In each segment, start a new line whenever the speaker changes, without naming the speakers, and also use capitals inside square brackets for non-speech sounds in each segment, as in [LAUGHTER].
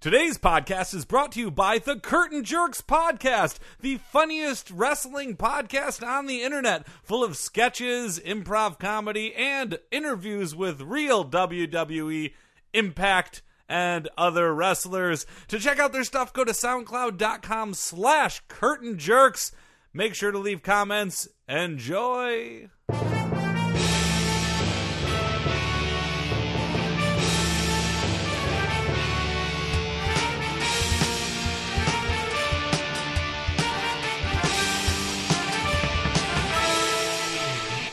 Today's podcast is brought to you by the Curtain Jerks Podcast, the funniest wrestling podcast on the internet, full of sketches, improv comedy, and interviews with real WWE, Impact, and other wrestlers. To check out their stuff, go to soundcloud.com slash curtain jerks. Make sure to leave comments. Enjoy.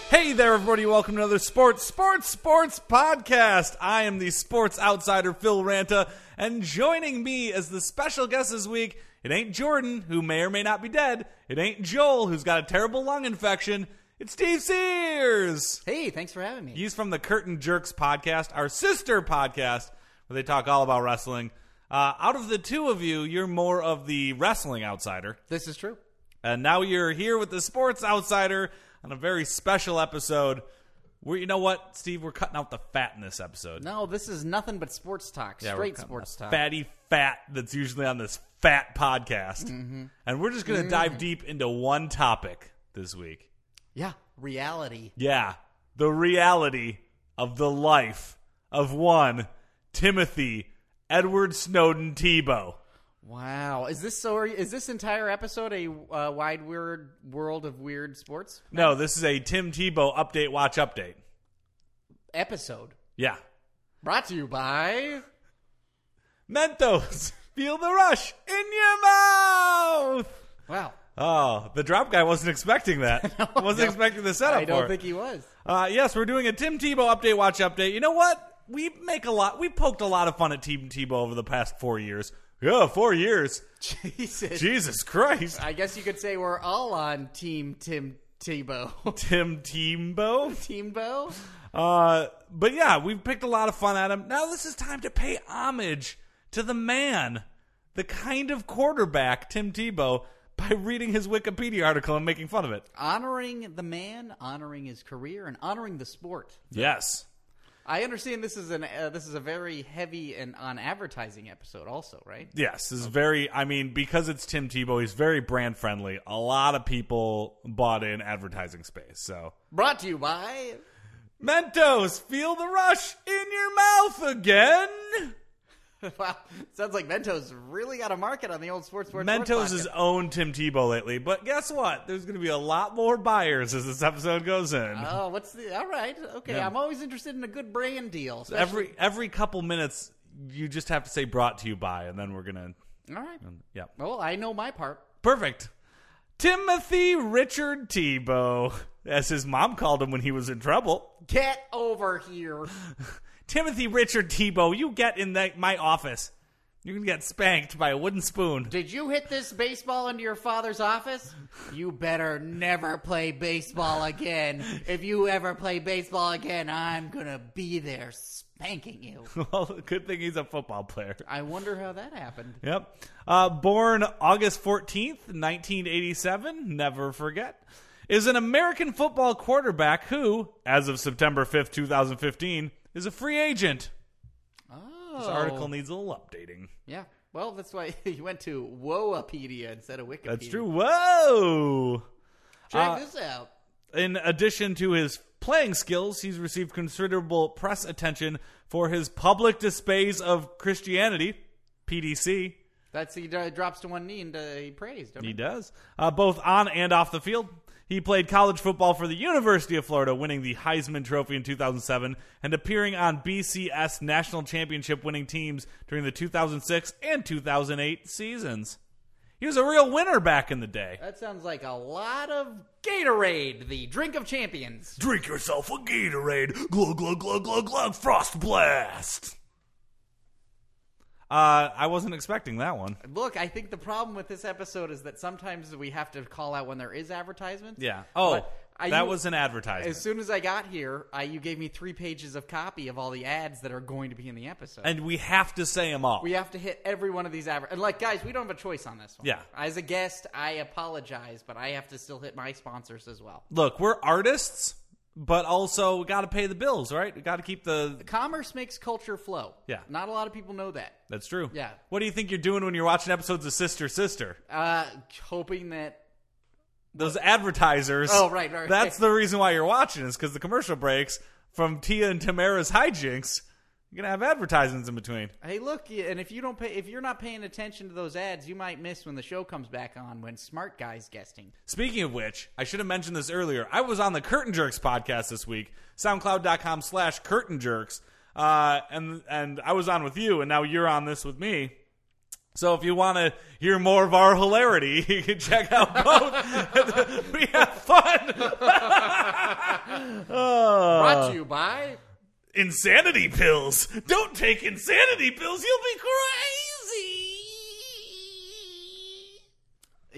Hey there, everybody. Welcome to another Sports, Sports, Sports podcast. I am the sports outsider, Phil Ranta, and joining me as the special guest this week, it ain't Jordan, who may or may not be dead. It ain't Joel, who's got a terrible lung infection. It's Steve Sears.
Hey, thanks for having me.
He's from the Curtain Jerks podcast, our sister podcast, where they talk all about wrestling. Uh, out of the two of you, you're more of the wrestling outsider.
this is true.
And now you're here with the Sports Outsider on a very special episode. We're, you know what, Steve? We're cutting out the fat in this episode.
No, this is nothing but sports talk,
Yeah, we're
straight
cutting
sports
the
talk.
Fatty fat that's usually on this fat podcast.
Mm-hmm.
And we're just going to dive deep into one topic this week.
Yeah, reality.
Yeah, the reality of the life of one Timothy Edward Snowden Tebow.
Wow, is this so? Is this entire episode a uh, wide weird world of weird sports
No, this is a Tim Tebow update, watch update.
episode?
Yeah.
Brought to you by
Mentos, [LAUGHS] feel the rush in your mouth. [LAUGHS]
Wow.
Oh, the drop guy wasn't expecting that. wasn't
[LAUGHS] no.
expecting the setup.
I don't
for
think
It.
he was. [LAUGHS]
Uh, yes, we're doing a Tim Tebow update, watch update. You know what? We make a lot. We poked a lot of fun at Tim Tebow over the past four years. Yeah, four years.
Jesus.
Jesus Christ,
I guess you could say we're all on Team Tim Tebow. [LAUGHS]
Tim Tebow.
Team Bo.
Uh, but yeah, we've picked a lot of fun at him. Now this is time to pay homage to the man, the kind of quarterback Tim Tebow, by reading his Wikipedia article and making fun of it.
Honoring the man, honoring his career, and honoring the sport.
Yes.
I understand this is an uh, this is a very heavy and on advertising episode, also, right?
Yes, this is very. I mean, because it's Tim Tebow, he's very brand friendly. A lot of people bought in advertising space. So
Brought to you by [LAUGHS]
Mentos, feel the rush in your mouth again.
Wow, sounds like Mentos really got a market on the old sports sports.
Mentos
sports
has
podcast.
owned Tim Tebow lately, but guess what? There's going to be a lot more buyers as this episode goes in.
Oh, what's the? All right, okay.
Yeah.
I'm always interested in a good brand deal. especially-
every every couple minutes, you just have to say "brought to you by," and then we're gonna.
all right.
Yeah,
Well, I know my part.
perfect. Timothy Richard Tebow, as his mom called him when he was in trouble.
Get over here.
Timothy Richard Tebow, you get in the, my office. You can get spanked by a wooden spoon. [LAUGHS]
Did you hit this baseball into your father's office? You better never play baseball again. If you ever play baseball again, I'm gonna be there spanking you.
Well, good thing he's a football player.
I wonder how that happened.
Yep. Uh, born August 14th, 1987, never forget, is an American football quarterback who, as of September 5th, 2015, is a free agent.
Oh,
This article needs a little updating.
Yeah. Well, that's why [LAUGHS] you went to Woapedia instead of Wikipedia.
That's true. Uh, Whoa!
Check this out.
In addition to his playing skills, he's received considerable press attention for his public displays of Christianity, PDC.
That's he d- drops to one knee and uh, he prays. Don't
He
he?
does, uh, both on and off the field. He played college football for the University of Florida, winning the Heisman Trophy in 2007 and appearing on BCS national championship winning teams during the 2006 and 2008 seasons. He was a real winner back in the day.
That sounds like a lot of Gatorade, the drink of champions.
Drink yourself a Gatorade. Glug, glug, glug, glug, glug, frost blast. Uh, I wasn't expecting that one.
Look, I think the problem with this episode is that sometimes we have to call out when there is advertisement.
Yeah. Oh,
But I-
that
you-
was an advertisement.
As soon as I got here, I, you gave me three pages of copy of all the ads that are going to be in the episode.
and we have to say them all.
we have to hit every one of these adver- and like guys, we don't have a choice on this one.
Yeah.
As a guest, I apologize, but I have to still hit my sponsors as well.
Look, we're artists. but also got to pay the bills, right? Got to keep the.
Commerce makes culture flow.
Yeah.
Not a lot of people know that.
That's true.
Yeah.
What do you think you're doing when you're watching episodes of Sister Sister?
Uh, hoping that
Those advertisers.
Oh, right, right, right.
That's the reason why you're watching is because the commercial breaks from Tia and Tamara's hijinks. You're gonna have advertisements in between.
hey, look, y- and if you don't pay, if you're not paying attention to those ads, you might miss when the show comes back on when Smart Guy's guesting.
Speaking of which, I should have mentioned this earlier. I was on the Curtain Jerks podcast this week, soundcloud.com slash curtain jerks. Uh, and, and I was on with you, and now you're on this with me. So if you want to hear more of our hilarity, [LAUGHS] you can check out both. [LAUGHS] we have fun. Uh.
Brought to you by.
Insanity pills. Don't take insanity pills. You'll be crazy.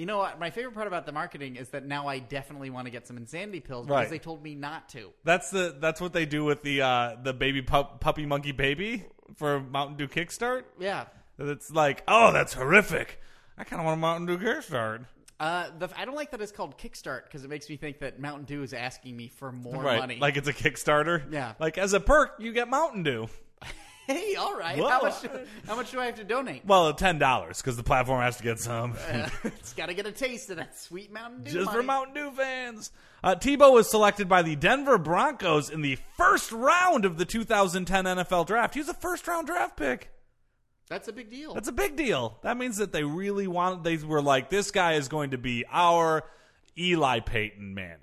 You know what? My favorite part about the marketing is that now I definitely want to get some insanity pills
Right.
because they told me not to.
That's the that's what they do with the uh, the baby pup, puppy monkey baby for Mountain Dew Kickstart.
Yeah.
It's like, oh, that's horrific. I kind of want a Mountain Dew Kickstart.
Uh, the, I don't like that it's called Kickstart because it makes me think that Mountain Dew is asking me for more
Right,
money.
like it's a Kickstarter.
Yeah.
like as a perk, you get Mountain Dew.
[LAUGHS] hey, all right,
Whoa.
how much? How much do I have to donate? [LAUGHS]
Well, ten dollars because the platform has to get some. [LAUGHS]
it's got to get a taste of that sweet Mountain Dew.
Just for
money.
Mountain Dew fans. Uh, Tebow was selected by the Denver Broncos in the first round of the 2010 NFL Draft. He's a first round draft pick.
That's a big deal.
That's a big deal. That means that they really wanted. They were like, this guy is going to be our Eli Peyton Manning.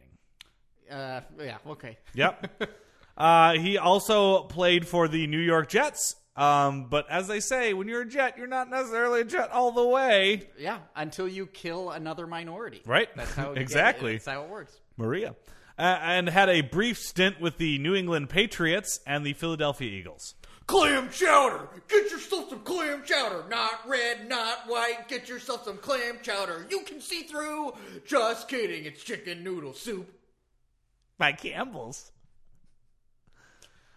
uh, yeah. Okay.
Yep.
[LAUGHS]
uh, he also played for the New York Jets. Um, but as they say, when you're a Jet, you're not necessarily a Jet all the way.
Yeah. Until you kill another minority.
Right. [LAUGHS]
That's how it-
Exactly.
That's how it works.
Maria. Uh, and had a brief stint with the New England Patriots and the Philadelphia Eagles.
Clam chowder. Get yourself some clam chowder. Not red, not white. Get yourself some clam chowder. You can see through. Just kidding. It's chicken noodle soup.
By Campbell's.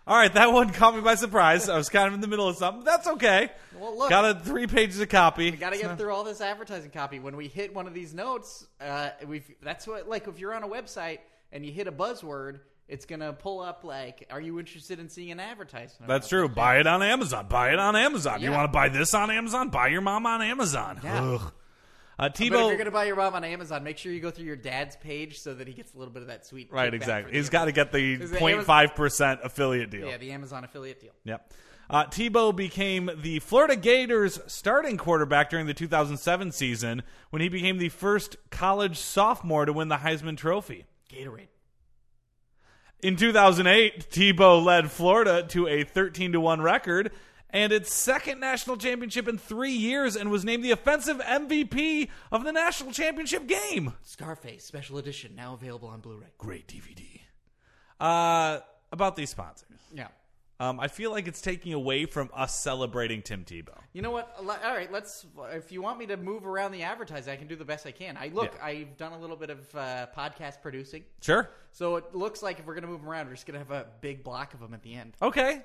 All right, that one caught me by surprise. I was kind of in the middle of something. That's okay.
Well, look.
Got a three pages of copy.
Got to get through all this advertising copy. When we hit one of these notes, uh, we've that's what like if you're on a website and you hit a buzzword, it's gonna pull up like, "Are you interested in seeing an advertisement?"
That's true. Buy it on Amazon. Buy it on Amazon. You
Yeah.
want to buy this on Amazon? Buy your mom on Amazon.
Yeah.
Ugh. Uh,
But if you're
Tebow.
gonna buy your mom on Amazon, make sure you go through your dad's page so that he gets a little bit of that sweet. kickback
right,
for
exactly.
the
He's got to get the
Is it
0.5% affiliate deal.
yeah the Amazon affiliate deal.
Yep. Uh, Tebow became the Florida Gators starting quarterback during the 2007 season when he became the first college sophomore to win the Heisman Trophy.
Gatorade.
In 2008, Tebow led Florida to a 13 to 1 record and its second national championship in three years and was named the offensive MVP of the national championship game.
Scarface special edition now available on Blu-ray.
Great DVD. Uh, about these sponsors.
Yeah.
Um, I feel like it's taking away from us celebrating Tim Tebow.
You know what? All right, let's. If you want me to move around the advertising, I can do the best I can. I look.
Yeah.
I've done a little bit of uh, podcast producing.
Sure.
So it looks like if we're going to move them around, we're just going to have a big block of them at the end.
Okay.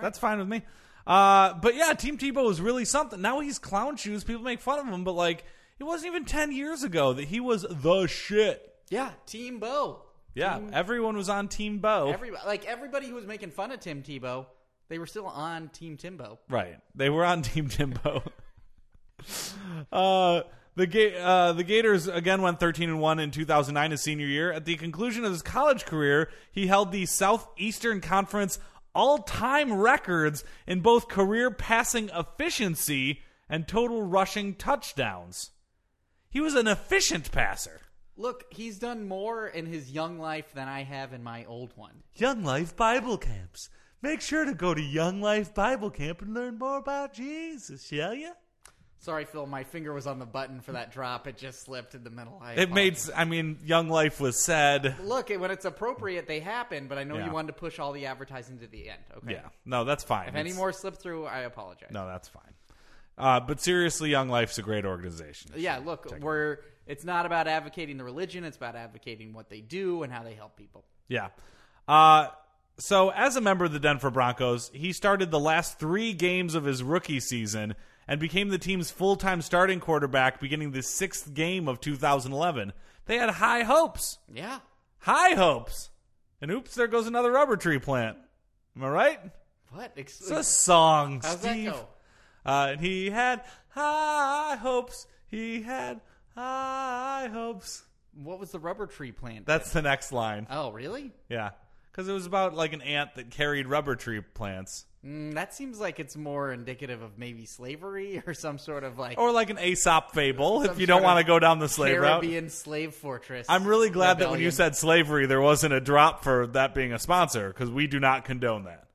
That's fine with me. Uh, but yeah, Team Tebow was really something. Now he's clown shoes. People make fun of him, but like, it wasn't even 10 years ago that he was the shit.
Yeah, Team Bo.
Yeah, everyone was on Team Bo.
Everybody, like everybody who was making fun of Tim Tebow, they were still on Team Timbo.
right, they were on Team Timbo. [LAUGHS] uh, the Ga- uh, the Gators again went thirteen and one in two thousand nine, his senior year. At the conclusion of his college career, he held the Southeastern Conference all time records in both career passing efficiency and total rushing touchdowns. He was an efficient passer.
Look, he's done more in his young life than I have in my old one.
Young Life Bible Camps. Make sure to go to Young Life Bible Camp and learn more about Jesus, shall you?
Sorry, Phil, my finger was on the button for that drop. It just slipped in the middle. I
It made.
apologize.
s- I mean, Young Life was said.
Look, when it's appropriate, they happen, but I know
Yeah.
you wanted to push all the advertising to the end. Okay.
Yeah. No, that's fine.
If any
It's-
more slip through, I apologize.
No, that's fine. Uh, but seriously, Young Life's a great organization.
Yeah, look, we're it's not about advocating the religion, it's about advocating what they do and how they help people.
Yeah. Uh, so, as a member of the Denver Broncos, he started the last three games of his rookie season and became the team's full time starting quarterback beginning the sixth game of 2011. They had high hopes.
Yeah.
High hopes. And oops, there goes another rubber tree plant. Am I right?
What? Ex-
It's a song,
How's
Steve.
that go?
Uh, and he had high hopes. He had high hopes.
What was the rubber tree plant?
That's the next line.
oh, really?
Yeah. Because it was about like an ant that carried rubber tree plants.
Mm, that seems like it's more indicative of maybe slavery [LAUGHS] or some sort of like
Or like an Aesop fable, if
Some
you don't
sort
want to
of
go down the slave route.
Caribbean slave fortress.
I'm really glad that when you
rebellion.
said slavery, there wasn't a drop for that being a sponsor, because we do not condone that.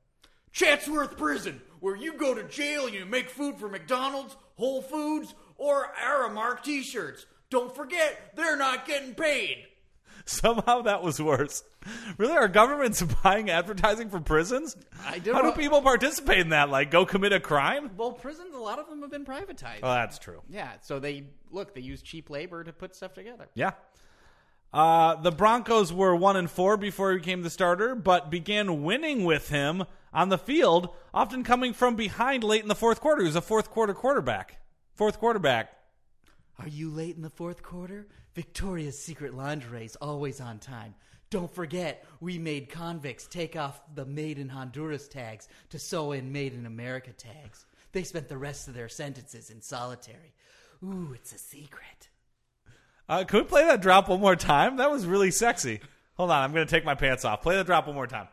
Chatsworth Prison, where you go to jail and you make food for McDonald's, Whole Foods, or Aramark T-shirts. Don't forget, they're not getting paid.
[LAUGHS] Somehow that was worse. Really, our government's [LAUGHS] buying advertising for prisons?
I don't
How do
know.
people participate in that? Like, go commit a crime?
Well, prisons, a lot of them have been privatized.
Well, that's true.
yeah, so they look, they use cheap labor to put stuff together.
Yeah. Uh, the Broncos were one and four before he became the starter, but began winning with him on the field, often coming from behind late in the fourth quarter. He was a fourth quarter quarterback. Fourth quarterback.
Are you late in the fourth quarter? Victoria's Secret Lingerie's always on time. Don't forget, we made convicts take off the Made in Honduras tags to sew in Made in America tags. They spent the rest of their sentences in solitary. Ooh, it's a secret.
Uh, can we play that drop one more time? That was really sexy. Hold on, I'm going to take my pants off. Play the drop one more time.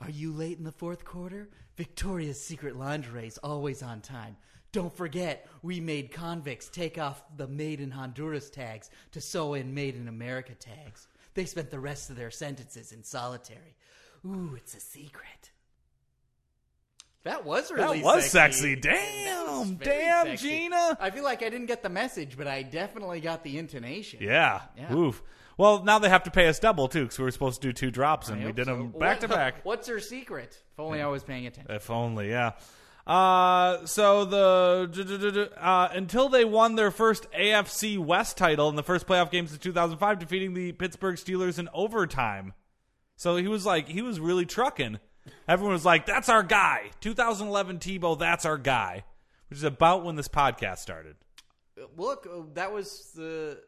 Are you late in the fourth quarter? Victoria's Secret Lingerie's always on time. Don't forget, we made convicts take off the Made in Honduras tags to sew in Made in America tags. They spent the rest of their sentences in solitary. Ooh, it's a secret. That was really
that was
sexy.
sexy. Damn,
Very
damn,
sexy.
Gina.
I feel like I didn't get the message, but I definitely got the intonation.
Yeah.
Yeah.
Oof. Well, now they have to pay us double too, because we were supposed to do two drops,
I
and we
hope
did
so.
them
What
back to
the-
back.
[LAUGHS] What's her secret? If only I was paying attention.
If only, yeah. Uh, so the uh, until they won their first AFC West title in the first playoff games of 2005, defeating the Pittsburgh Steelers in overtime. So he was like, he was really trucking. Everyone was like, "That's our guy." 2011 Tebow, that's our guy, which is about when this podcast started.
look, uh, that was the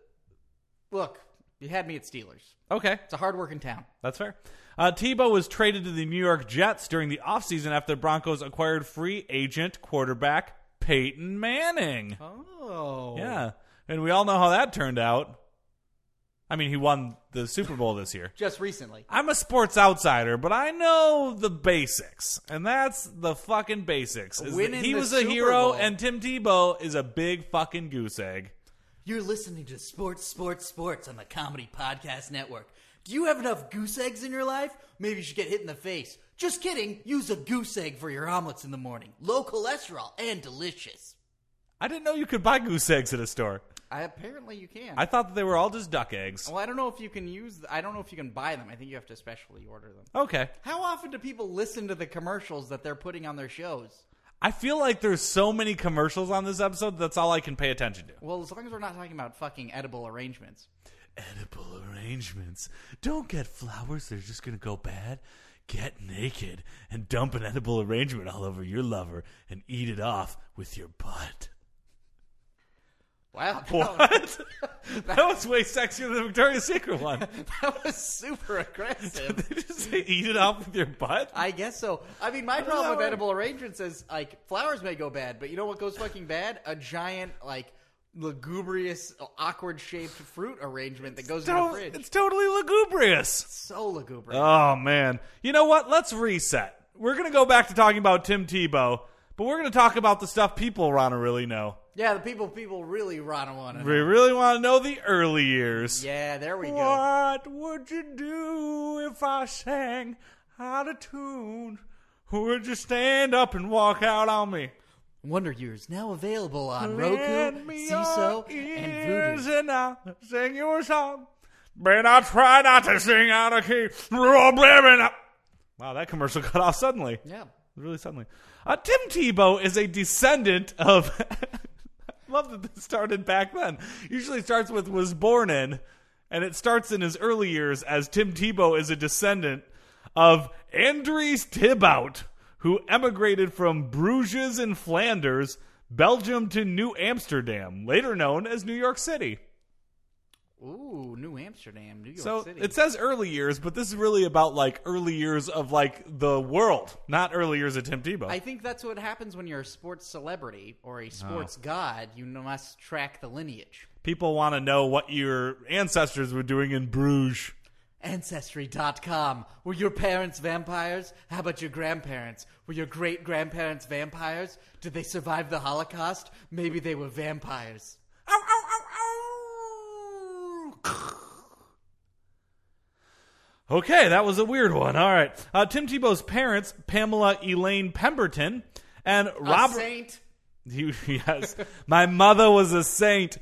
look. You had me at Steelers.
Okay,
It's a hard-working town.
That's fair. Uh, Tebow was traded to the New York Jets during the offseason after the Broncos acquired free agent quarterback Peyton Manning.
Oh,
Yeah. And we all know how that turned out. I mean, he won the Super Bowl this year.
Just recently,
I'm a sports outsider, but I know the basics. And that's the fucking basics. is that
Winning
he
the
was a
Super
hero,
Bowl.
and Tim Tebow is a big fucking goose egg.
you're listening to sports, sports, sports on the Comedy Podcast Network. Do you have enough goose eggs in your life? Maybe you should get hit in the face. Just kidding. Use a goose egg for your omelets in the morning. Low cholesterol and delicious.
I didn't know you could buy goose eggs at a store.
I apparently you can.
I thought that they were all just duck eggs.
well, I don't know if you can use. I don't know if you can buy them. I think you have to specially order them.
Okay.
How often do people listen to the commercials that they're putting on their shows?
I feel like there's so many commercials on this episode. That's all I can pay attention to.
Well, as long as we're not talking about fucking edible arrangements.
Edible arrangements. Don't get flowers. They're just gonna go bad. Get naked and dump an edible arrangement all over your lover and eat it off with your butt.
Wow. [LAUGHS]
What? [LAUGHS] that was way sexier than the Victoria's Secret one. [LAUGHS]
That was super aggressive.
Did you say eat it off with your butt? [LAUGHS]
I guess so. I mean, my
does
problem
that
with
work?
edible arrangements is like flowers may go bad, but you know what goes fucking bad? A giant like lugubrious, awkward shaped fruit arrangement that goes in the
Don't-
fridge.
It's totally lugubrious.
so lugubrious.
Oh man. You know what? Let's reset. We're gonna go back to talking about Tim Tebow, but we're gonna talk about the stuff people wanna really know.
yeah, the people people really run want to.
We really wanna know the early years.
Yeah, there we go.
What would you do if I sang out of tune? Would you stand up and walk out on me?
Wonder Years now available on
Lend
Roku,
me
CISO,
your
and Voodoo.
ears and I'll sing you a song. But I try not to sing out of key. Wow, that commercial [LAUGHS] cut off suddenly.
Yeah.
really suddenly. Uh, Tim Tebow is a descendant of. [LAUGHS] I love that this started back then. Usually it starts with was born in, and it starts in his early years as Tim Tebow is a descendant of Andries Tibout, who emigrated from Bruges in Flanders, Belgium to New Amsterdam, later known as New York City.
Ooh, New Amsterdam, New York
So
City.
it says early years, but this is really about like early years of like the world, not early years of Tim Tebow.
I think that's what happens when you're a sports celebrity or a sports god. You must track the lineage.
People want to know what your ancestors were doing in Bruges.
Ancestry.com. Were your parents vampires? How about your grandparents? Were your great grandparents vampires? Did they survive the Holocaust? Maybe they were vampires.
Ow, ow, ow, ow. Okay, that was a weird one. All right. Uh, Tim Tebow's parents, Pamela Elaine Pemberton and
A
Robert.
saint.
You- [LAUGHS] yes. My mother was a saint.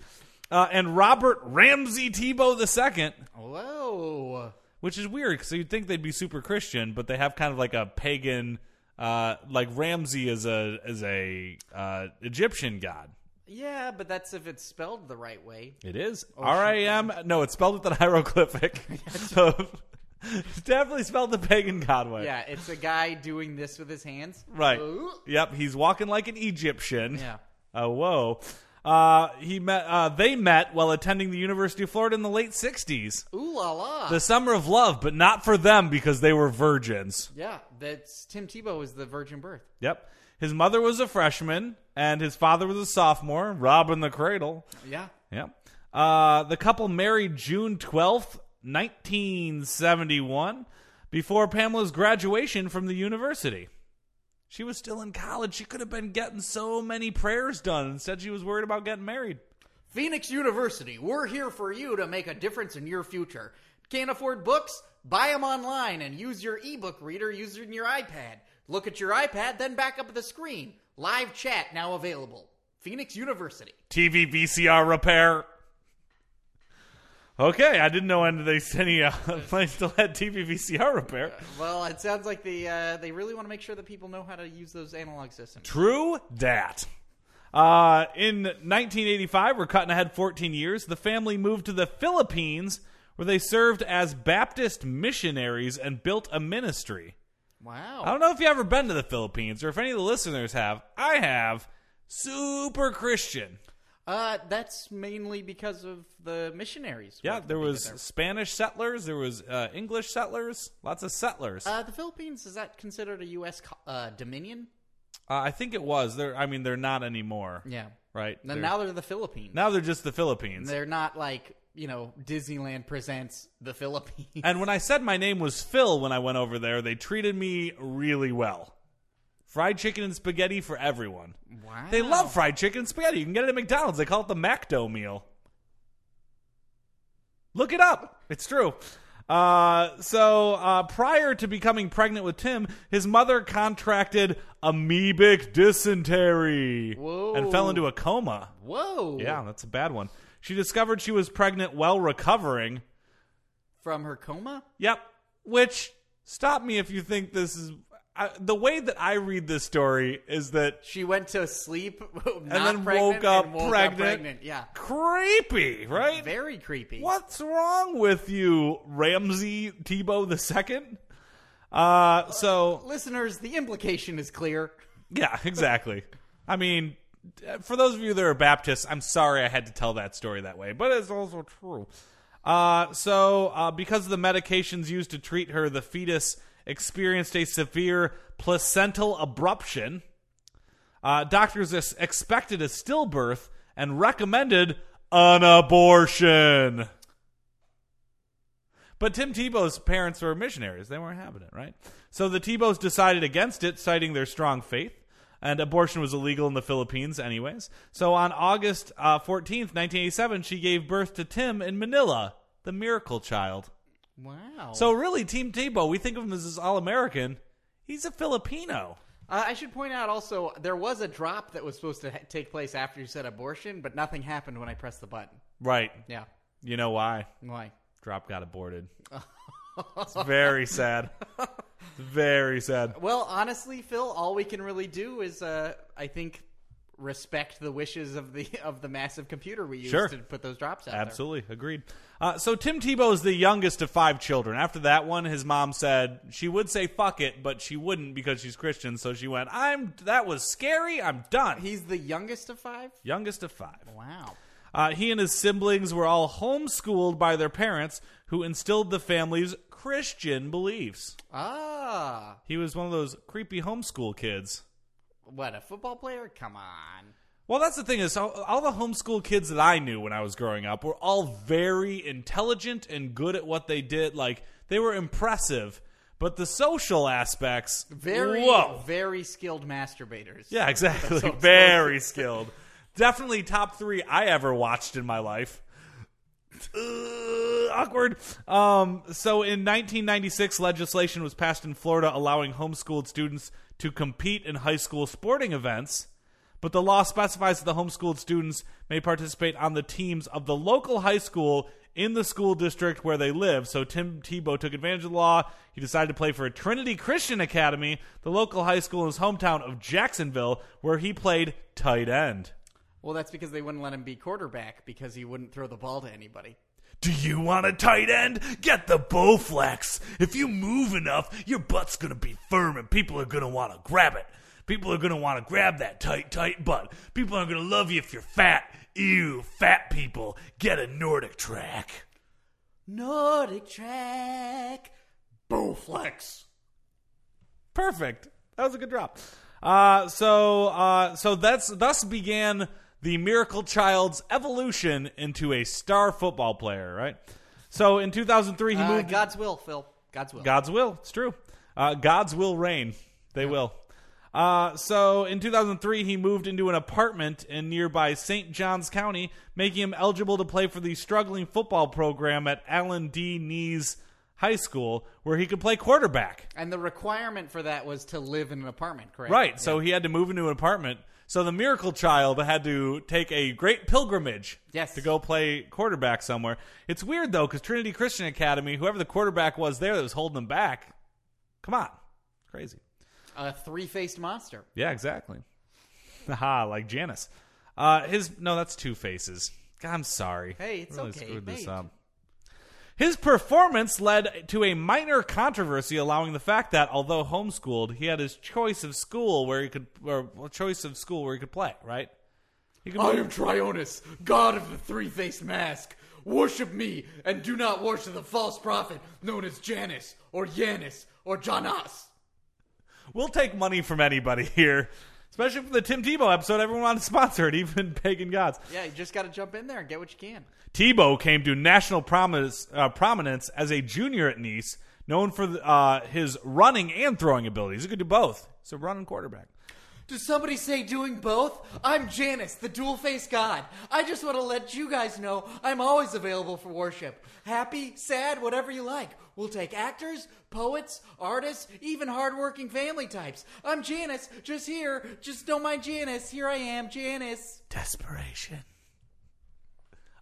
Uh, and Robert Ramsey Tebow II,
Whoa.
which is weird because you'd think they'd be super Christian, but they have kind of like a pagan, uh, like Ramsey is a is a uh, Egyptian god.
Yeah, but that's if it's spelled the right way.
It is
Oh,
R I M. No, it's spelled with an [LAUGHS] hieroglyphic.
[LAUGHS]
so [LAUGHS] it's definitely spelled the pagan god way.
Yeah, it's a guy doing this with his hands.
Right.
Ooh.
Yep. He's walking like an Egyptian.
Yeah.
Oh, whoa. Uh, he met. Uh, they met while attending the University of Florida in the late '60s,
Ooh la la.
the summer of love, but not for them because they were virgins.
yeah, that's Tim Tebow is the virgin birth.
Yep. His mother was a freshman and his father was a sophomore, robbing the cradle.
Yeah.
Yep. Uh, the couple married June 12th, 1971, before Pamela's graduation from the university. She was still in college. She could have been getting so many prayers done. Instead, she was worried about getting married.
Phoenix University, we're here for you to make a difference in your future. Can't afford books? Buy them online and use your ebook reader using your iPad. Look at your iPad, then back up the screen. Live chat now available. Phoenix University.
TV VCR repair. Okay, I didn't know any, they any uh, [LAUGHS] they still had TV VCR repair.
Well, it sounds like they uh, they really want to make sure that people know how to use those analog systems.
True dat. Uh, in 1985, we're cutting ahead 14 years. The family moved to the Philippines, where they served as Baptist missionaries and built a ministry.
Wow.
I don't know if you've ever been to the Philippines, or if any of the listeners have. I have. Super Christian.
Uh, that's mainly because of the missionaries.
Yeah,
working
there
they did
was Spanish settlers, there was uh, English settlers, lots of settlers. Uh,
Uh, the Philippines is that considered a U.S. co- uh, dominion?
Uh, I think it was. They're, I mean, they're not anymore,
Yeah.
right?
Then
They're-
now they're the Philippines.
now they're just the Philippines.
They're not like you know Disneyland presents the Philippines.
And when I said my name was Phil when I went over there, they treated me really well. Fried chicken and spaghetti for everyone.
Wow.
[LAUGHS] They love fried chicken and spaghetti. You can get it at McDonald's. They call it the MacDo meal. Look it up. It's true. Uh, so uh, prior to becoming pregnant with Tim, his mother contracted amoebic dysentery
Whoa.
and fell into a coma.
Whoa.
Yeah, that's a bad one. She discovered she was pregnant while recovering,
From her coma.
Yep. Which stop me if you think this is I, the way that I read this story is that
She went to sleep, [LAUGHS] and
then woke up
and woke
pregnant.
Up pregnant. Yeah,
creepy, right?
very creepy.
What's wrong with you, Ramsey Tebow the second? Uh, so
Listeners, the implication is clear.
yeah, [LAUGHS] exactly. I mean, for those of you that are Baptists, I'm sorry I had to tell that story that way, but it's also true. Uh, so, uh, because of the medications used to treat her, the fetus experienced a severe placental abruption. Uh, doctors ex- expected a stillbirth and recommended an abortion. But Tim Tebow's parents were missionaries. They weren't having it, right? So the Tebows decided against it, citing their strong faith. And abortion was illegal in the Philippines, anyways. So on August uh, 14th, 1987, she gave birth to Tim in Manila, the miracle child.
Wow.
So really, Tim Tebow, we think of him as this all American. He's a Filipino.
Uh, I should point out also there was a drop that was supposed to ha- take place after you said abortion, but nothing happened when I pressed the button.
Right.
Yeah,
You know why?
why?
Drop got aborted. it's very [LAUGHS] sad. Very sad.
Well, honestly, Phil, all we can really do is, uh, I think, respect the wishes of the [LAUGHS] of the massive computer we used
Sure.
to put those drops out. there.
Absolutely agreed. Uh, so Tim Tebow is the youngest of five children. After that one, his mom said she would say "fuck it," but she wouldn't because she's Christian. So she went, "I'm that was scary. I'm done."
He's the youngest of five.
youngest of five.
Wow.
Uh, he and his siblings were all homeschooled by their parents, who instilled the family's Christian beliefs.
Ah,
He was one of those creepy homeschool kids.
what a football player! Come on.
Well, that's the thing is, all, all the homeschool kids that I knew when I was growing up were all very intelligent and good at what they did. Like they were impressive, but the social aspects,
Very, [LAUGHS]
whoa,
very skilled masturbators.
yeah, exactly, very skilled. Definitely top three I ever watched in my life. Ugh, awkward. Um, so in 1996, legislation was passed in Florida allowing homeschooled students to compete in high school sporting events. But the law specifies that the homeschooled students may participate on the teams of the local high school in the school district where they live. So Tim Tebow took advantage of the law. He decided to play for Trinity Christian Academy, the local high school in his hometown of Jacksonville, where he played tight end.
Well, that's because they wouldn't let him be quarterback because he wouldn't throw the ball to anybody.
Do you want a tight end? Get the Bowflex. If you move enough, your butt's gonna be firm and people are gonna wanna grab it. People are gonna wanna grab that tight, tight butt. People are gonna love you if you're fat. Ew, fat people. Get a Nordic track.
Nordic track, Bowflex.
Perfect. That was a good drop. Uh, so, uh, so that's thus began the Miracle Child's evolution into a star football player. Right. So in 2003, he
Uh,
moved.
God's will, Phil. God's will.
God's will. It's true. Uh, God's will reign. They will. Uh, so in 2003, he moved into an apartment in nearby St. Johns County, making him eligible to play for the struggling football program at Allen D. Knees High School, where he could play quarterback.
And the requirement for that was to live in an apartment, correct?
Right. So he had to move into an apartment. So the miracle child had to take a great pilgrimage
Yes.
to go play quarterback somewhere. It's weird, though, because Trinity Christian Academy, whoever the quarterback was there that was holding him back, come on. Crazy.
A three-faced monster.
Yeah, exactly. [LAUGHS] Haha, like Janice. Uh, his no, that's two faces. God, I'm sorry.
Hey, it's
Really
okay,
screwed this
mate.
up. His performance led to a minor controversy, allowing the fact that although homeschooled, he had his choice of school where he could, or well, choice of school where he could play. Right? He could
I am Trionis, god of the three-faced mask. Worship me, and do not worship the false prophet known as Janus, or Yanis, or Jonas.
We'll take money from anybody [LAUGHS] here, especially from the Tim Tebow episode. Everyone wanted to sponsor it, [LAUGHS] even pagan gods.
Yeah, you just got to jump in there and get what you can.
Tebow came to national prominence, uh, prominence as a junior at Nice, known for uh, his running and throwing abilities. He could do both. He's a running quarterback.
Does somebody say doing both? I'm Janus, the dual faced god. I just want to let you guys know I'm always available for worship. Happy, sad, whatever you like. We'll take actors, poets, artists, even hardworking family types. I'm Janus, just here. Just don't mind Janus. Here I am, Janus.
Desperation.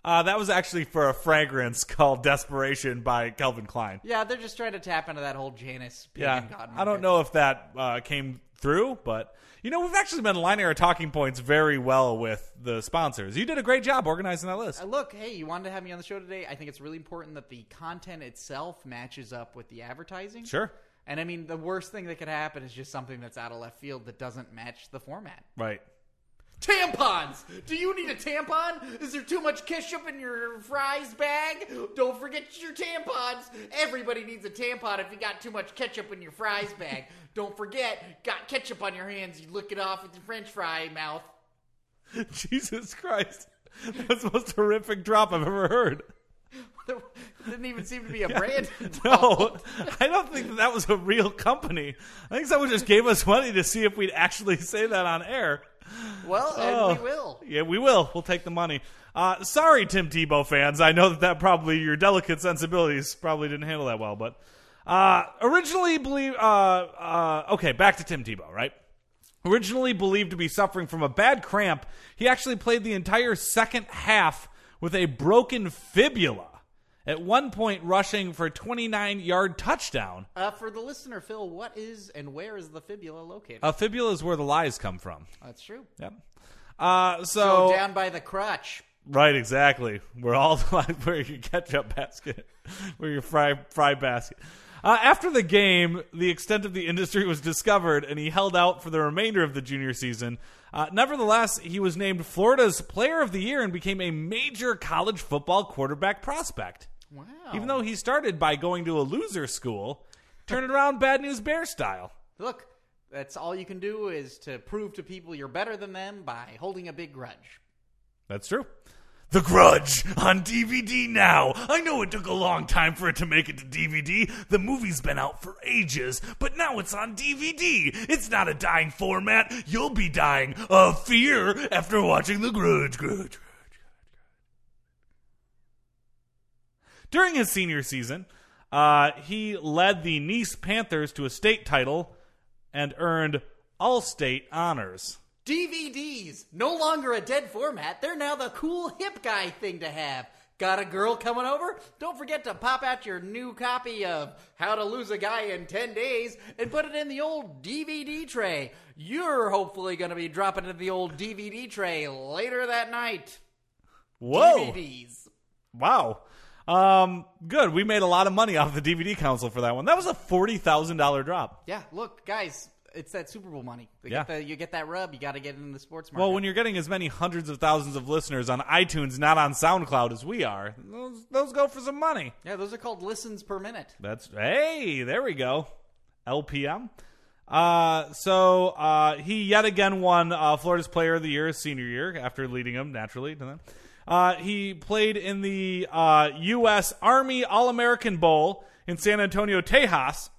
Uh, that was actually for a fragrance [LAUGHS] called Desperation by Calvin Klein.
Yeah, they're just trying to tap into that whole Janus
Yeah, I don't know if that uh, came through, but you know we've actually been lining our talking points very well with the sponsors. You did a great job organizing that list.
Uh, Look, hey, you wanted to have me on the show today. I think it's really important that the content itself matches up with the advertising.
Sure.
And I mean, the worst thing that could happen is just something that's out of left field that doesn't match the format.
Right.
Tampons! Do you need a tampon? Is there too much ketchup in your fries bag? Don't forget your tampons! Everybody needs a tampon if you got too much ketchup in your fries bag. Don't forget, got ketchup on your hands, you lick it off with your french fry mouth. [LAUGHS]
[LAUGHS] Jesus Christ. That's the most horrific drop I've ever heard.
There didn't even seem to be a brand.
[LAUGHS] No, I don't think that, that was a real company. I think someone just gave us money to see if we'd actually say that on air.
[LAUGHS] Well,
Oh.
and we will.
Yeah, we will. We'll take the money. Uh, sorry, Tim Tebow fans. I know that that probably your delicate sensibilities probably didn't handle that well, but uh, originally believe. Uh, uh, okay, back to Tim Tebow, right? Originally believed to be suffering from a bad cramp, he actually played the entire second half with a broken fibula. At one point, rushing for a 29 yard touchdown.
Uh, for the listener, Phil, what is and where is the fibula located?
A fibula Uh, is where the lies come from.
That's true.
Yep. Uh,
So down by the crotch.
Right, [LAUGHS] exactly. We're all where your ketchup basket, where your fry fry basket. Uh, after the game, the extent of the industry was discovered, and he held out for the remainder of the junior season. Uh, nevertheless, he was named Florida's Player of the Year and became a major college football quarterback prospect.
Wow.
Even though he started by going to a loser school, turn it around bad news bear style.
Look, that's all you can do is to prove to people you're better than them by holding a big grudge.
That's true. The Grudge on DVD now. I know it took a long time for it to make it to DVD. The movie's been out for ages, but now it's on DVD. It's not a dying format. You'll be dying of fear after watching The Grudge. Grudge, Grudge, Grudge. During his senior season, uh, he led the Nice Panthers to a state title and earned All-State honors.
DVDs, no longer a dead format. They're now the cool hip guy thing to have. Got a girl coming over? Don't forget to pop out your new copy of How to Lose a Guy in 10 Days and put it in the old DVD tray. You're hopefully going to be dropping it in the old DVD tray later that night.
Whoa!
DVDs.
Wow. Um, good. We made a lot of money off the DVD console for that one. That was a forty thousand dollar drop.
Yeah, look, guys, it's that Super Bowl money. You,
Yeah.
get, the, you get that rub, you got to get it in the sports market.
Well, when you're getting as many hundreds of thousands of listeners on iTunes, not on SoundCloud, as we are, those, those go for some money.
yeah, those are called listens per minute.
That's hey, there we go. LPM. Uh, so uh, he yet again won uh, Florida's Player of the Year his senior year after leading him naturally to that. Uh, he played in the uh, U.S. Army All American Bowl in San Antonio, Tejas,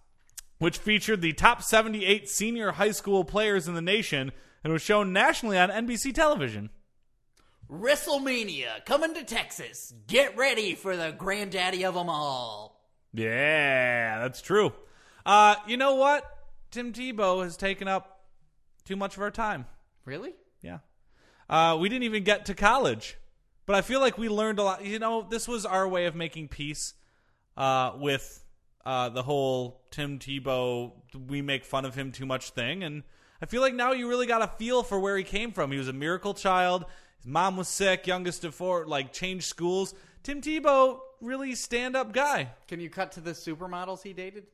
which featured the top 78 senior high school players in the nation and was shown nationally on NBC television.
WrestleMania coming to Texas. Get ready for the granddaddy of them all.
Yeah, that's true. Uh, you know what? Tim Tebow has taken up too much of our time.
Really?
Yeah. Uh, we didn't even get to college, but I feel like we learned a lot. You know, this was our way of making peace uh, with uh, the whole Tim Tebow, we make fun of him too much thing. And I feel like now you really got a feel for where he came from. He was a miracle child. His mom was sick, youngest of four, like changed schools. Tim Tebow, really stand up guy.
Can you cut to the supermodels he dated?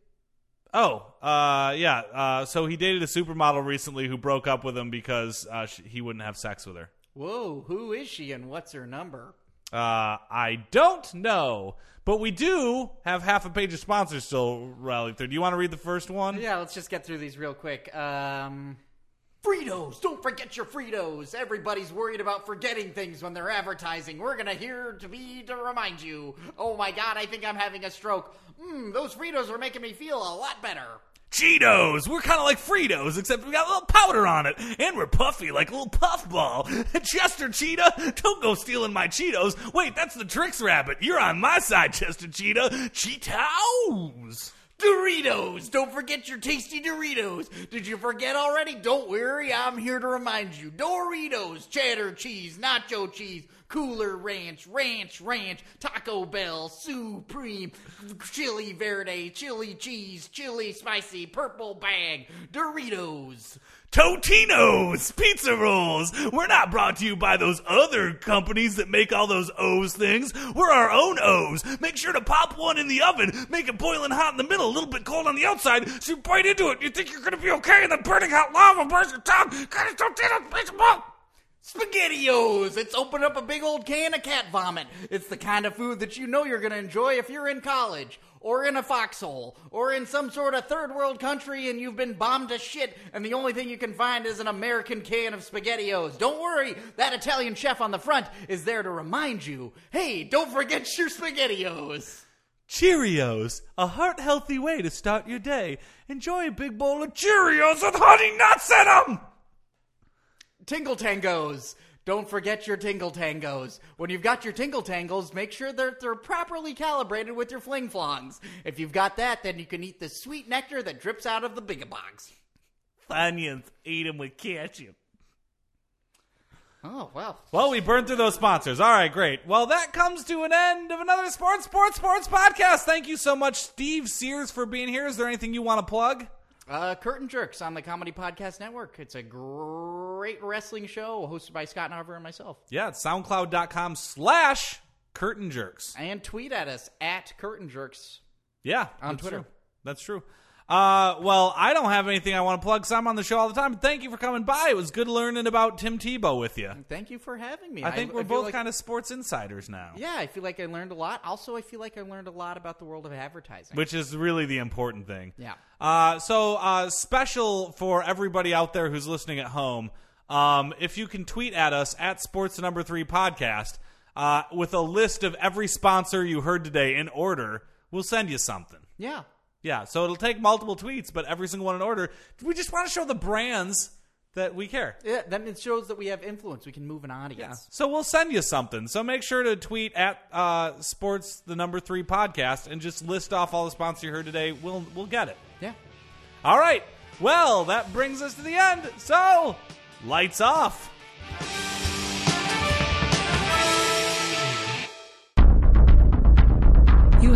Oh, uh, yeah. Uh, so he dated a supermodel recently who broke up with him because uh, sh he wouldn't have sex with her.
Whoa, who is she and what's her number?
Uh, I don't know, but we do have half a page of sponsors still rallied through. Do you want to read the first one?
Yeah, let's just get through these real quick. Um, Fritos! Don't forget your Fritos! Everybody's worried about forgetting things when they're advertising. We're gonna here to be to remind you. Oh my god, I think I'm having a stroke. Mmm, those Fritos are making me feel a lot better.
Cheetos. We're kind of like Fritos, except we got a little powder on it, and we're puffy like a little puffball. [LAUGHS] Chester Cheetah, don't go stealing my Cheetos. Wait, that's the Tricks Rabbit. You're on my side, Chester Cheetah. Cheetos.
Doritos! Don't forget your tasty Doritos! Did you forget already? Don't worry, I'm here to remind you. Doritos, cheddar cheese, nacho cheese, cooler ranch, ranch, ranch, Taco Bell, Supreme, chili verde, chili cheese, chili spicy, purple bag, Doritos.
Totino's Pizza Rolls. We're not brought to you by those other companies that make all those O's things. We're our own O's. Make sure to pop one in the oven, make it boiling hot in the middle, a little bit cold on the outside, so you bite into it. You think you're gonna be okay, and then burning hot lava burns your tongue. God, it's Totino's Pizza Roll.
SpaghettiOs! It's open up a big old can of cat vomit. It's the kind of food that you know you're gonna enjoy if you're in college, or in a foxhole, or in some sort of third world country and you've been bombed to shit and the only thing you can find is an American can of SpaghettiOs. Don't worry, that Italian chef on the front is there to remind you hey, don't forget your SpaghettiOs!
Cheerios, a heart healthy way to start your day. Enjoy a big bowl of Cheerios with honey nuts in them.
Tingle Tangos. Don't forget your Tingle Tangos. When you've got your Tingle Tangles, make sure that they're properly calibrated with your Fling Flongs. If you've got that, then you can eat the sweet nectar that drips out of the Bigabox.
Onions, eat them with ketchup.
Oh, well.
Well, we burned through those sponsors. All right, great. Well, that comes to an end of another Sports, Sports, Sports podcast. Thank you so much, Steve Sears, for being here. Is there anything you want to plug?
Uh, Curtain Jerks on the Comedy Podcast Network. It's a great wrestling show hosted by Scott Narver and myself.
Yeah, it's soundcloud.com slash curtain jerks.
And tweet at us at Curtain Jerks
Yeah.
on
that's
Twitter.
true. That's true. Uh, well, I don't have anything I want to plug, so I'm on the show all the time. Thank you for coming by. It was good learning about Tim Tebow with you.
Thank you for having me.
I think we're
feel
both
like-
kind of sports insiders now,
Yeah, I feel like I learned a lot. Also, I feel like I learned a lot about the world of advertising.
which is really the important thing.
Yeah.
Uh, so, uh, special for everybody out there who's listening at home, um, if you can tweet at us at Sports Number Three Podcast uh, with a list of every sponsor you heard today in order, we'll send you something.
yeah.
Yeah, so it'll take multiple tweets, but every single one in order. We just want to show the brands that we care.
Yeah, that means- shows that we have influence. We can move an audience.
So we'll send you something. So make sure to tweet at uh, Sports the Number Three Podcast and just list off all the sponsors you heard today. We'll we'll get it.
Yeah.
All right. Well, that brings us to the end. So lights off.
You